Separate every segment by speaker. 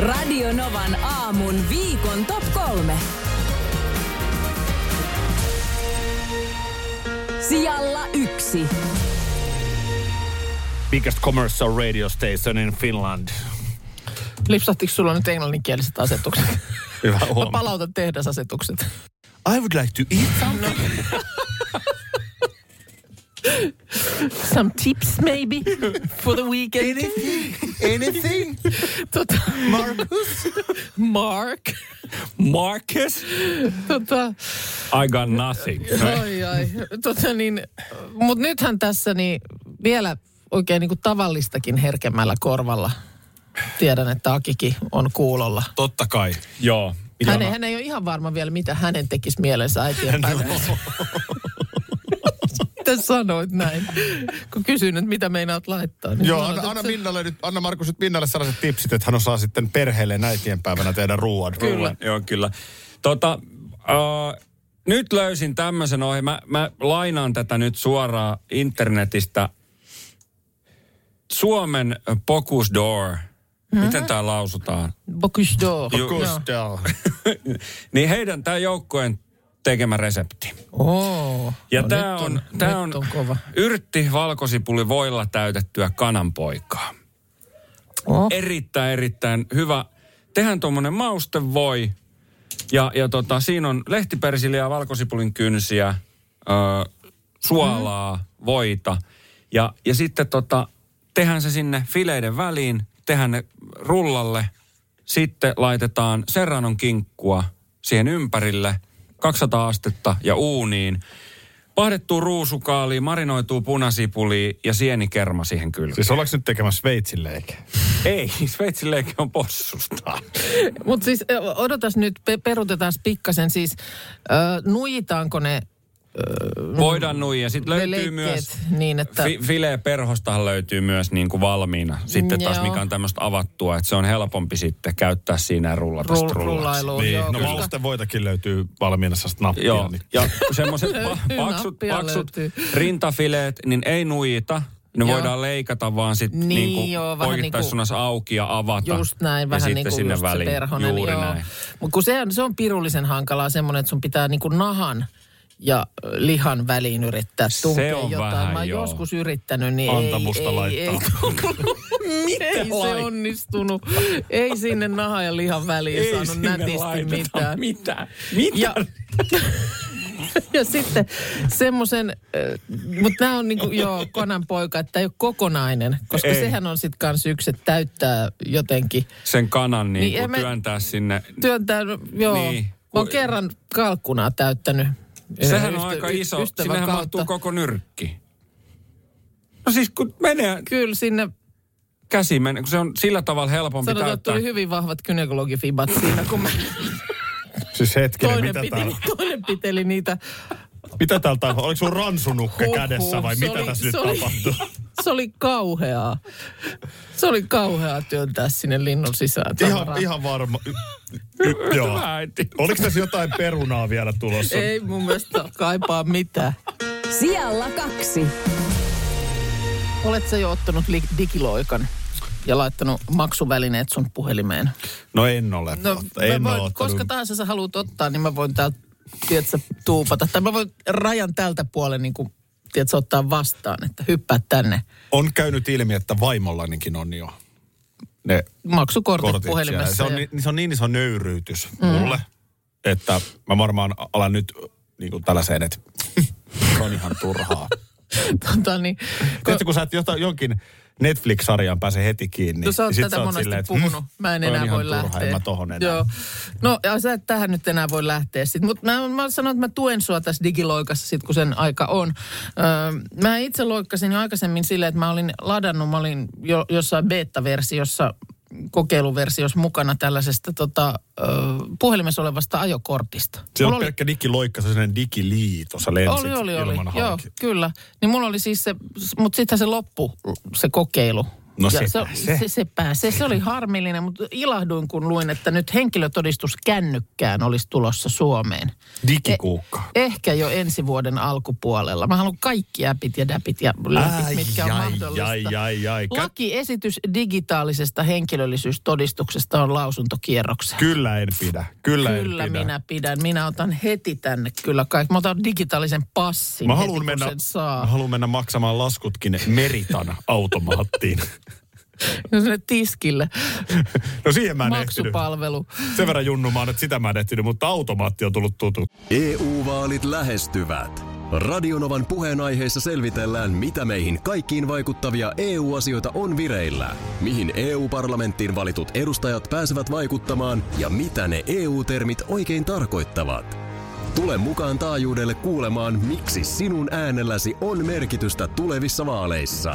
Speaker 1: Radio Novan aamun viikon top kolme. Sijalla yksi.
Speaker 2: Biggest commercial radio station in Finland.
Speaker 3: Lipsahtiko sulla nyt englanninkieliset asetukset?
Speaker 2: Hyvä
Speaker 3: Mä
Speaker 2: huomio.
Speaker 3: palautan tehdasasetukset. No.
Speaker 2: I would like to eat something.
Speaker 3: Some tips maybe for the weekend.
Speaker 2: Anything?
Speaker 3: Tota,
Speaker 2: Marcus?
Speaker 3: Mark.
Speaker 2: Marcus?
Speaker 3: Tota,
Speaker 4: I got nothing.
Speaker 3: ai ai. Tota niin, mut nythän tässä niin vielä oikein niin kuin tavallistakin herkemmällä korvalla tiedän, että Akiki on kuulolla.
Speaker 4: Totta kai. Joo.
Speaker 3: Hän, ei- hän ei ole ihan varma vielä, mitä hänen tekisi mielensä äitien päivänä. Mitä sanoit näin? Kun kysyin, että mitä meinaat laittaa. Niin
Speaker 5: Joo,
Speaker 3: sanoit,
Speaker 5: anna,
Speaker 3: että
Speaker 5: anna
Speaker 3: se-
Speaker 5: Minnalle nyt, anna Markus nyt Minnalle sellaiset tipsit, että hän osaa sitten perheelle äitien päivänä tehdä ruoan.
Speaker 4: Kyllä. Joo, kyllä. Tota, äh, nyt löysin tämmöisen ohjeen. Mä, mä lainaan tätä nyt suoraan internetistä. Suomen Pocus Door.
Speaker 3: Mm-hmm.
Speaker 4: Miten tämä lausutaan?
Speaker 3: Bocuse d'Or.
Speaker 4: Ju-
Speaker 3: Joo.
Speaker 5: Joo.
Speaker 4: niin heidän tämä joukkueen tekemä resepti.
Speaker 3: Oo.
Speaker 4: Ja
Speaker 3: No
Speaker 4: tämä
Speaker 3: nyt
Speaker 4: on, tää on,
Speaker 3: nyt on kova.
Speaker 4: yrtti valkosipuli voilla täytettyä kananpoikaa.
Speaker 3: Oh.
Speaker 4: Erittäin, erittäin hyvä. Tehän tuommoinen mauste voi. Ja, ja tota, siinä on lehtipersiliä, valkosipulin kynsiä, ö, suolaa, voita. Ja, ja sitten tota, tehän se sinne fileiden väliin, tehän ne rullalle. Sitten laitetaan serranon kinkkua siihen ympärille, 200 astetta ja uuniin. Pahdettu ruusukaali, marinoituu punasipuli ja sienikerma siihen kylkeen.
Speaker 5: Siis ollaanko nyt tekemässä Sveitsin leike?
Speaker 4: Ei, Sveitsin leike on possusta.
Speaker 3: Mutta siis ö, odotas nyt, pe- perutetaan pikkasen siis. Ö, nuijitaanko ne,
Speaker 4: Voidaan nuija. Sitten
Speaker 3: ne
Speaker 4: löytyy
Speaker 3: leikkeet
Speaker 4: myös,
Speaker 3: niin, että...
Speaker 4: fi, filee perhostahan löytyy myös niin kuin valmiina. Sitten taas
Speaker 3: Joo.
Speaker 4: mikä on tämmöistä avattua, että se on helpompi sitten käyttää siinä ja rullata
Speaker 3: Rull,
Speaker 4: sitä rullaksi.
Speaker 3: rullailuun. Niin, joo,
Speaker 5: no
Speaker 3: koska-
Speaker 5: mausten voitakin löytyy valmiina sellaista nappia.
Speaker 4: Joo,
Speaker 5: Niin.
Speaker 4: ja semmoiset pa-
Speaker 3: Löytyy,
Speaker 4: paksut,
Speaker 3: nappia
Speaker 4: paksut
Speaker 3: löytyy.
Speaker 4: rintafileet, niin ei nuijita. Ne
Speaker 3: Joo.
Speaker 4: voidaan leikata vaan sitten
Speaker 3: Niin,
Speaker 4: niin, niin
Speaker 3: joo, vähän
Speaker 4: poikittaissuunnassa auki ja avata.
Speaker 3: Just näin, vähän
Speaker 4: ja sitten
Speaker 3: niin kuin
Speaker 4: sinne
Speaker 3: just
Speaker 4: väliin.
Speaker 3: se perhonen.
Speaker 4: Juuri näin.
Speaker 3: Mutta kun se on, se on pirullisen hankalaa semmoinen, että sun pitää niin kuin nahan ja ö, lihan väliin yrittää
Speaker 4: Se
Speaker 3: tunkea
Speaker 4: on
Speaker 3: jotain.
Speaker 4: vähän,
Speaker 3: Mä oon
Speaker 4: joo.
Speaker 3: joskus yrittänyt, niin
Speaker 5: Anta
Speaker 3: ei,
Speaker 5: musta
Speaker 3: ei,
Speaker 5: laittaa.
Speaker 3: ei, tullut. ei se
Speaker 4: laittaa?
Speaker 3: onnistunut. Ei sinne nahan ja lihan väliin saanut
Speaker 4: sinne
Speaker 3: nätisti
Speaker 4: laiteta
Speaker 3: mitään.
Speaker 4: mitään. Mitä?
Speaker 3: Ja, ja sitten semmoisen, mutta nämä on niinku, joo, konan poika, että ei ole kokonainen, koska ei.
Speaker 4: Ei.
Speaker 3: sehän on sitten kanssa yksi, että täyttää jotenkin,
Speaker 4: sen kanan niin,
Speaker 3: Niin,
Speaker 4: niin
Speaker 3: emme-
Speaker 4: työntää sinne.
Speaker 3: työntää, joo. Niin.
Speaker 4: Niin.
Speaker 3: Mä oon kerran kalkkunaa täyttänyt.
Speaker 4: Sehän
Speaker 3: Yhden
Speaker 4: on aika
Speaker 3: ystä-
Speaker 4: iso.
Speaker 3: ystävän
Speaker 4: Sinnehän
Speaker 3: kautta.
Speaker 4: mahtuu koko nyrkki. No siis kun menee,
Speaker 3: Kyllä sinne,
Speaker 4: käsi menee, kun se on sillä tavalla helpompi
Speaker 3: sanotaan, että
Speaker 4: täyttää.
Speaker 3: tuli hyvin vahvat gynekologifibat siinä, kun mä
Speaker 5: Siis hetkinen,
Speaker 3: toinen,
Speaker 5: mitä,
Speaker 3: piteli,
Speaker 5: täällä,
Speaker 3: toinen piteli niitä.
Speaker 5: mitä täällä tapahtuu? Oliko sun ransunukke
Speaker 3: Huhhuh,
Speaker 5: kädessä vai
Speaker 3: se
Speaker 5: mitä
Speaker 3: oli-
Speaker 5: tässä
Speaker 3: se
Speaker 5: nyt
Speaker 3: oli-
Speaker 5: tapahtuu?
Speaker 3: Se oli kauheaa. Se oli kauheaa työntää sinne linnun sisään.
Speaker 5: Ihan,
Speaker 3: tavaraa.
Speaker 5: ihan varma. Joo.
Speaker 4: Hyvä äiti.
Speaker 5: Oliko tässä jotain perunaa vielä tulossa?
Speaker 3: Ei mun mielestä kaipaa mitään.
Speaker 1: Sijalla kaksi.
Speaker 3: Oletko jo ottanut li- digiloikan ja laittanut maksuvälineet sun puhelimeen?
Speaker 5: No en ole. en
Speaker 3: mä
Speaker 5: ole
Speaker 3: voin,
Speaker 5: ottanut.
Speaker 3: koska tahansa sä haluat ottaa, niin mä voin täältä, tiedätkö, tuupata. Tai mä voin rajan tältä puolen niin kuin, tiedätkö, ottaa vastaan, että hyppää tänne.
Speaker 5: On käynyt ilmi, että vaimollanikin on jo ne
Speaker 3: Maksukortit
Speaker 5: kortit.
Speaker 3: puhelimessa.
Speaker 5: siellä. Se on,
Speaker 3: ja-
Speaker 5: niin, se on niin iso nöyryytys mm. mulle, että mä varmaan alan nyt niin kuin tällaiseen, että se on ihan turhaa.
Speaker 3: tota, niin,
Speaker 5: Tiedätkö, kun sä et jota, jonkin Netflix-sarjaan pääse heti kiinni.
Speaker 3: No sä oot
Speaker 5: Ja sit
Speaker 3: tätä
Speaker 5: sä oot
Speaker 3: monesti
Speaker 5: silleen, että, "Hmm,
Speaker 3: puhunut. Mä en
Speaker 5: toi on
Speaker 3: enää
Speaker 5: ihan
Speaker 3: voi
Speaker 5: turha,
Speaker 3: lähteä.
Speaker 5: En mä tohon enää.
Speaker 3: Joo. No ja sä et tähän nyt enää voi lähteä sit. Mutta mä, mä sanon, että mä tuen sua tässä digiloikassa sit, kun sen aika on. Öö, mä itse loikkasin jo aikaisemmin silleen, että mä olin ladannut, mä olin jo, jossain beta-versiossa kokeiluversiossa mukana tällaisesta tota, ö, puhelimessa olevasta ajokortista.
Speaker 5: Se on
Speaker 3: Mulla oli-
Speaker 5: pelkkä digiloikka, se on sellainen digiliito, sä lensit
Speaker 3: oli, oli, oli.
Speaker 5: ilman
Speaker 3: Joo,
Speaker 5: halki.
Speaker 3: kyllä. Niin mulla oli siis se, mutta sittenhän se loppu, se kokeilu.
Speaker 5: No
Speaker 3: Ja
Speaker 5: sepä se.
Speaker 3: se. Se, se, pääsee. se oli harmillinen, mutta ilahduin kun luin, että nyt henkilötodistus kännykkään olisi tulossa Suomeen.
Speaker 5: Digikuukka.
Speaker 3: Ehkä jo ensi vuoden alkupuolella. Mä haluan kaikki appit ja däpit ja läpit,
Speaker 5: Ai,
Speaker 3: mitkä on
Speaker 5: ai,
Speaker 3: mahdollista.
Speaker 5: ai, ai, ai. Kä-
Speaker 3: Lakiesitys digitaalisesta henkilöllisyystodistuksesta on lausuntokierroksella.
Speaker 5: Kyllä en pidä. Kyllä,
Speaker 3: Kyllä
Speaker 5: en pidä.
Speaker 3: minä pidän. Minä otan heti tänne kyllä kaikki. Mä otan digitaalisen passin
Speaker 5: Mä
Speaker 3: heti,
Speaker 5: haluan,
Speaker 3: kun
Speaker 5: mennä,
Speaker 3: sen
Speaker 5: mä
Speaker 3: saa.
Speaker 5: haluan mennä maksamaan laskutkin Meritan automaattiin.
Speaker 3: No sinne tiskille.
Speaker 5: No siihen mä en ehtinyt.
Speaker 3: Maksupalvelu.
Speaker 5: Sen verran junnumaan, että sitä mä en ehtinyt, mutta automaatti on tullut tutu.
Speaker 6: EU-vaalit E lähestyvät. Radionovan puheenaiheessa selvitellään, mitä meihin kaikkiin vaikuttavia EU-asioita on vireillä, mihin EU-parlamenttiin valitut edustajat pääsevät vaikuttamaan ja mitä ne EU-termit oikein tarkoittavat. Tule mukaan taajuudelle kuulemaan, miksi sinun äänelläsi on merkitystä tulevissa vaaleissa.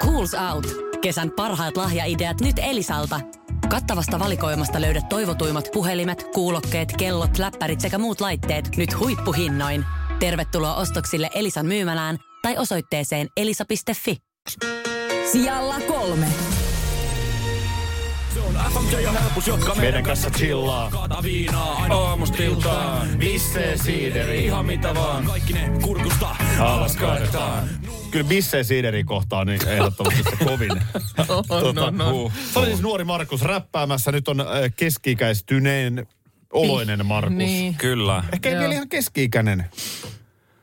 Speaker 7: Schools Out. Kesän parhaat lahjaideat nyt Elisalta. Kattavasta valikoimasta löydät toivotuimmat puhelimet, kuulokkeet, kellot, läppärit sekä muut laitteet nyt huippuhinnoin. Tervetuloa ostoksille Elisan myymälään tai osoitteeseen elisa.fi.
Speaker 1: Sijalla kolme.
Speaker 5: Meidän kanssa chillaa.
Speaker 4: Aamustiltaan, bissee siideri, ihan mitä vaan. Kaikki ne kurkusta alas kaadetaan.
Speaker 5: Kyllä bissee siideri kohtaa niin ehdottomasti se kovin.
Speaker 3: no, no.
Speaker 5: huu. Se oli siis nuori Markus räppäämässä. Nyt on äh, keski-ikäistyneen oloinen Markus.
Speaker 3: Niin.
Speaker 4: Kyllä.
Speaker 5: Ehkä ei
Speaker 3: Joo.
Speaker 5: vielä ihan keski-ikäinen.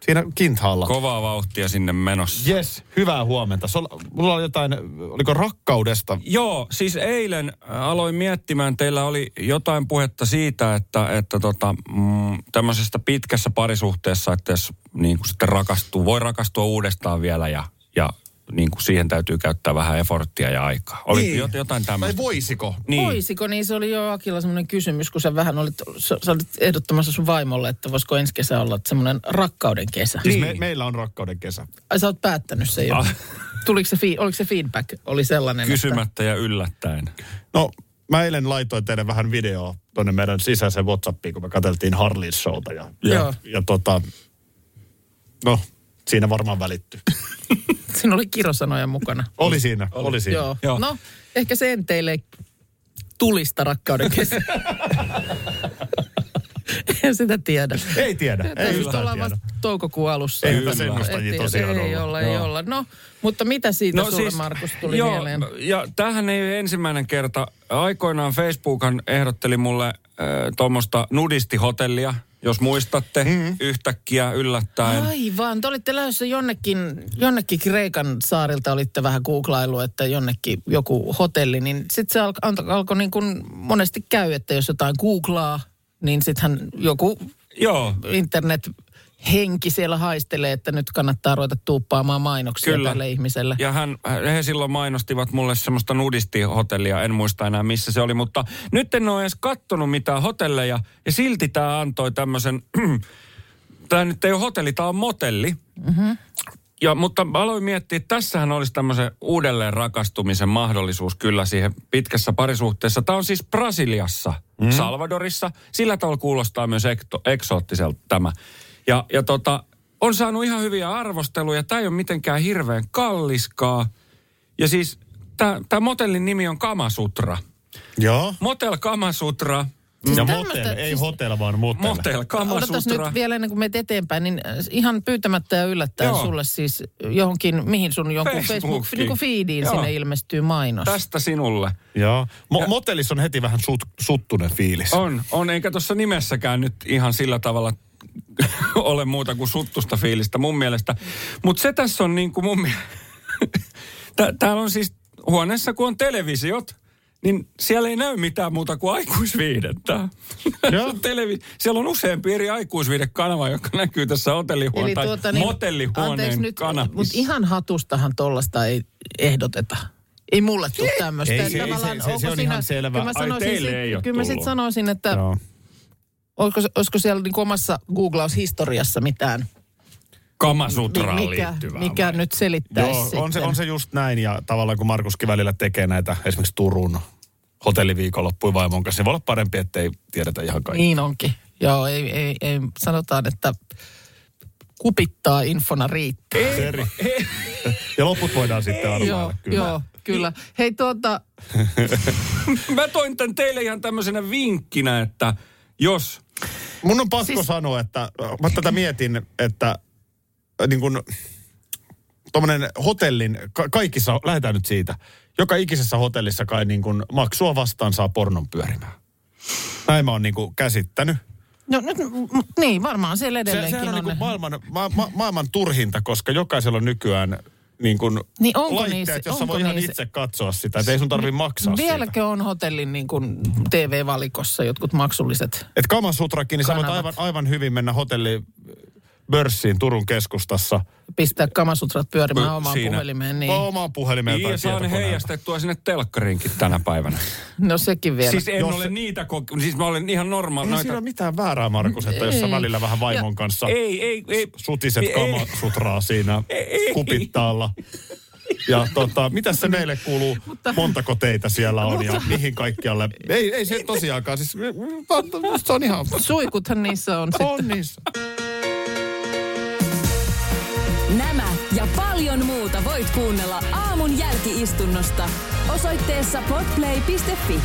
Speaker 5: Siinä kintaalla.
Speaker 4: Kovaa vauhtia sinne menossa.
Speaker 5: Yes, hyvää huomenta. Sol, mulla oli jotain, oliko rakkaudesta?
Speaker 4: Joo, siis eilen äh, aloin miettimään, teillä oli jotain puhetta siitä, että, että tota, mm, tämmöisestä pitkässä parisuhteessa, että jos niin kuin sitten rakastuu, voi rakastua uudestaan vielä ja, ja niin kuin siihen täytyy käyttää vähän eforttia ja aikaa. Oli niin. jotain
Speaker 5: Tai
Speaker 4: tämmöistä.
Speaker 5: voisiko?
Speaker 4: Niin.
Speaker 3: Voisiko? Niin se oli jo Akilla semmoinen kysymys, kun sä vähän olit, sä, sä olit ehdottamassa sun vaimolle, että voisiko ensi kesä olla semmoinen rakkauden kesä.
Speaker 5: Siis me, meillä on rakkauden kesä.
Speaker 3: Ai sä oot päättänyt sen jo.
Speaker 4: Ah.
Speaker 3: Tuliko se, fi- oliko se feedback? Oli sellainen, että...
Speaker 4: Kysymättä ja yllättäen.
Speaker 5: No, mä eilen laitoin teille vähän videoa tuonne meidän sisäiseen Whatsappiin, kun me katseltiin Harlin showta. Ja, ja,
Speaker 3: Joo.
Speaker 5: ja tota, no, siinä varmaan välitty.
Speaker 3: Siinä oli kirosanoja mukana.
Speaker 5: Oli siinä, oli, oli siinä.
Speaker 3: Joo.
Speaker 4: Joo.
Speaker 3: Joo. No, ehkä se enteilee tulista rakkauden kesä. en sitä tiedä.
Speaker 5: Ei tiedä, ei
Speaker 3: Tässä
Speaker 5: yhtään
Speaker 3: ollaan
Speaker 5: tiedä.
Speaker 3: vasta toukokuun alussa.
Speaker 5: Ei
Speaker 3: Että-
Speaker 5: tässä ennustajia
Speaker 3: et-
Speaker 5: tosiaan
Speaker 3: Ei
Speaker 5: olla.
Speaker 3: olla, ei olla. No, mutta mitä siitä no, sulle, siis, Markus, tuli joo, mieleen?
Speaker 4: Ja tämähän ei ole ensimmäinen kerta. Aikoinaan Facebookan ehdotteli mulle äh, tuommoista nudistihotellia, jos muistatte, mm. yhtäkkiä yllättäen.
Speaker 3: Aivan, te olitte lähdössä jonnekin, jonnekin Kreikan saarilta, olitte vähän googlailu, että jonnekin joku hotelli, niin sitten se alko, alko, alkoi niin kuin monesti käy, että jos jotain googlaa, niin sittenhän joku
Speaker 4: Joo,
Speaker 3: internet henki siellä haistelee, että nyt kannattaa ruveta tuuppaamaan mainoksia
Speaker 4: Kyllä.
Speaker 3: Kyllä. tälle ihmiselle.
Speaker 4: ja hän, he silloin mainostivat mulle semmoista nudistihotellia, en muista enää missä se oli, mutta nyt en ole edes kattonut mitään hotelleja, ja silti tämä antoi tämmöisen, tämä nyt ei ole hotelli, tämä on motelli. Mm-hmm. Ja, mutta mä aloin miettiä, että tässähän olisi tämmöisen uudelleen rakastumisen mahdollisuus kyllä siihen pitkässä parisuhteessa. Tämä on siis Brasiliassa, mm. Salvadorissa. Sillä tavalla kuulostaa myös ekto, eksoottiselta tämä. Ja, ja tota, on saanut ihan hyviä arvosteluja. Tämä ei ole mitenkään hirveän kalliskaa. Ja siis tämä motellin nimi on Kamasutra.
Speaker 5: Joo.
Speaker 4: Motel Kamasutra
Speaker 3: Siis
Speaker 5: ja
Speaker 3: tämmöstä-
Speaker 5: motel, ei
Speaker 3: siis-
Speaker 5: hotel, vaan motel.
Speaker 4: Motel,
Speaker 3: Odotas
Speaker 4: kamasutra.
Speaker 3: nyt vielä ennen kuin menet eteenpäin, niin äh, ihan pyytämättä ja yllättäen
Speaker 4: Joo.
Speaker 3: sulle siis johonkin, mihin sun jonkun Facebook,
Speaker 4: Facebookiin.
Speaker 3: niin kuin feediin
Speaker 4: Joo.
Speaker 3: sinne ilmestyy mainos.
Speaker 4: Tästä sinulle.
Speaker 5: Joo. Mo- motelissa on heti vähän sut, suttunen fiilis.
Speaker 4: On, on, eikä tuossa nimessäkään nyt ihan sillä tavalla ole muuta kuin suttusta fiilistä mun mielestä. Mutta se tässä on niin kuin mun mielestä... Täällä on siis huoneessa, kun on televisiot, niin siellä ei näy mitään muuta kuin aikuisviihdettä.
Speaker 5: Joo.
Speaker 4: Televi- siellä on useampi eri aikuisviihdekanava, joka näkyy tässä hotellihuoneen tai motellihuoneen
Speaker 3: tuota, niin, nyt,
Speaker 4: kanavissa.
Speaker 3: Mutta ihan hatustahan tollasta ei ehdoteta. Ei mulle tule tämmöistä.
Speaker 5: ei se- ei se- se- se on ihan selvä.
Speaker 3: Kyllä mä
Speaker 5: Ai,
Speaker 3: sanoisin,
Speaker 4: teille
Speaker 3: sit-
Speaker 4: ei oo
Speaker 3: kyllä mä sit
Speaker 4: tullut.
Speaker 3: sanoisin, että
Speaker 5: Joo.
Speaker 3: olisiko, olisiko siellä niin omassa googlaushistoriassa mitään, mi-
Speaker 4: Kamasutraan
Speaker 3: mikä,
Speaker 4: liittyvää.
Speaker 3: mikä
Speaker 4: vai?
Speaker 3: nyt selittäisi
Speaker 5: Joo, on se,
Speaker 3: sitten.
Speaker 5: on se just näin. Ja tavallaan kun Markuskin välillä tekee näitä esimerkiksi Turun hotelliviikonloppuja vaimon kanssa, se voi olla parempi, ettei tiedetä ihan kaikkea.
Speaker 3: Niin onkin. Joo, ei, ei, ei, sanotaan, että kupittaa infona riittää.
Speaker 5: Seri. Ja loput voidaan sitten
Speaker 3: Niin. joo,
Speaker 5: arvailla. kyllä.
Speaker 3: joo, kyllä. Hei tuota,
Speaker 4: Mä toin tämän teille ihan tämmöisenä vinkkinä, että jos
Speaker 5: Mun on pakko
Speaker 3: Siis-
Speaker 5: siis... sanoa, että äh, mä tätä mietin, että äh, niin kun, tommonen hotellin, ka- kaikissa, lähdetään nyt siitä, joka ikisessä hotellissa kai niin kun maksua vastaan saa pornon pyörimään. Näin mä oon niin kun käsittänyt.
Speaker 3: no nyt, m- niin varmaan siellä
Speaker 5: Se,
Speaker 3: edelleenkin
Speaker 5: sehän on
Speaker 3: on.
Speaker 5: niin kun maailman, ma- ma- maailman turhinta, koska jokaisella on nykyään niin kun
Speaker 3: Niin onko
Speaker 5: laitteet,
Speaker 3: niissä-
Speaker 5: jossa
Speaker 3: onko
Speaker 5: voi ihan
Speaker 3: niissä-
Speaker 5: itse katsoa sitä, että ei sun tarvi maksaa siitä.
Speaker 3: Vieläkö on hotellin niin kuin TV-valikossa jotkut maksulliset?
Speaker 5: Et Kamasutrakin, niin sä voit
Speaker 3: Kanavat.
Speaker 5: aivan, aivan hyvin mennä hotelli pörssiin Turun keskustassa –
Speaker 3: Pistää kamasutrat pyörimään
Speaker 4: Ö,
Speaker 3: omaan
Speaker 4: siinä.
Speaker 3: puhelimeen.
Speaker 5: niin.
Speaker 3: Niin.
Speaker 5: omaan puhelimeen tai
Speaker 4: Ja saan
Speaker 5: tietokoneelta.
Speaker 4: heijastettua sinne telkkariinkin tänä päivänä.
Speaker 3: No sekin vielä.
Speaker 4: siis en
Speaker 5: Jos-
Speaker 4: ole niitä kok- siis mä olen ihan normaali.
Speaker 5: Ei siinä
Speaker 4: Noita...
Speaker 5: ole mitään väärää, Markus, että jos sä
Speaker 3: Ei.
Speaker 5: välillä vähän vaimon kanssa
Speaker 4: Ei, ei, ei.
Speaker 5: sutiset
Speaker 4: Ei.
Speaker 5: kamasutraa siinä kupittaalla. Ja tota, mitä se meille kuuluu? Montako teitä siellä on ja mihin kaikkialle? Ei, ei se tosiaankaan. Siis, se on ihan...
Speaker 3: Suikuthan niissä on sitten.
Speaker 5: On niin- niissä.
Speaker 1: Nämä ja paljon muuta voit kuunnella aamun jälkiistunnosta osoitteessa podplay.fi.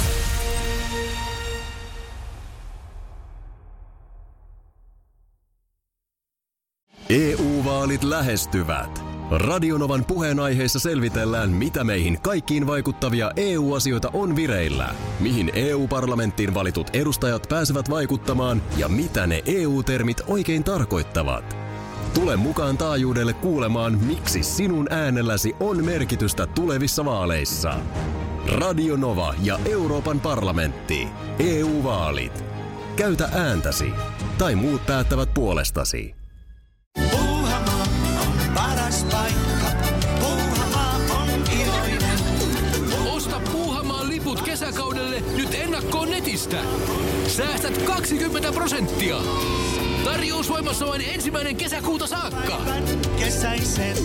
Speaker 6: EU-vaalit E lähestyvät. Radionovan puheenaiheessa selvitellään, mitä meihin kaikkiin vaikuttavia EU-asioita on vireillä, mihin EU-parlamenttiin valitut edustajat pääsevät vaikuttamaan ja mitä ne EU-termit oikein tarkoittavat. Tule mukaan taajuudelle kuulemaan, miksi sinun äänelläsi on merkitystä tulevissa vaaleissa. Radio Nova ja Euroopan parlamentti. EU-vaalit. Käytä ääntäsi. Tai muut päättävät puolestasi.
Speaker 8: Puuhamaa on paras paikka. Puuhamaa on iloinen.
Speaker 9: Osta Puuhamaan liput kesäkaudelle nyt ennakkoon netistä. Säästät 20 prosenttia. Tarjous voimassa vain ensimmäinen kesäkuuta saakka.
Speaker 8: Kesäisen,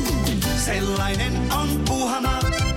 Speaker 8: sellainen on Puuhamaa.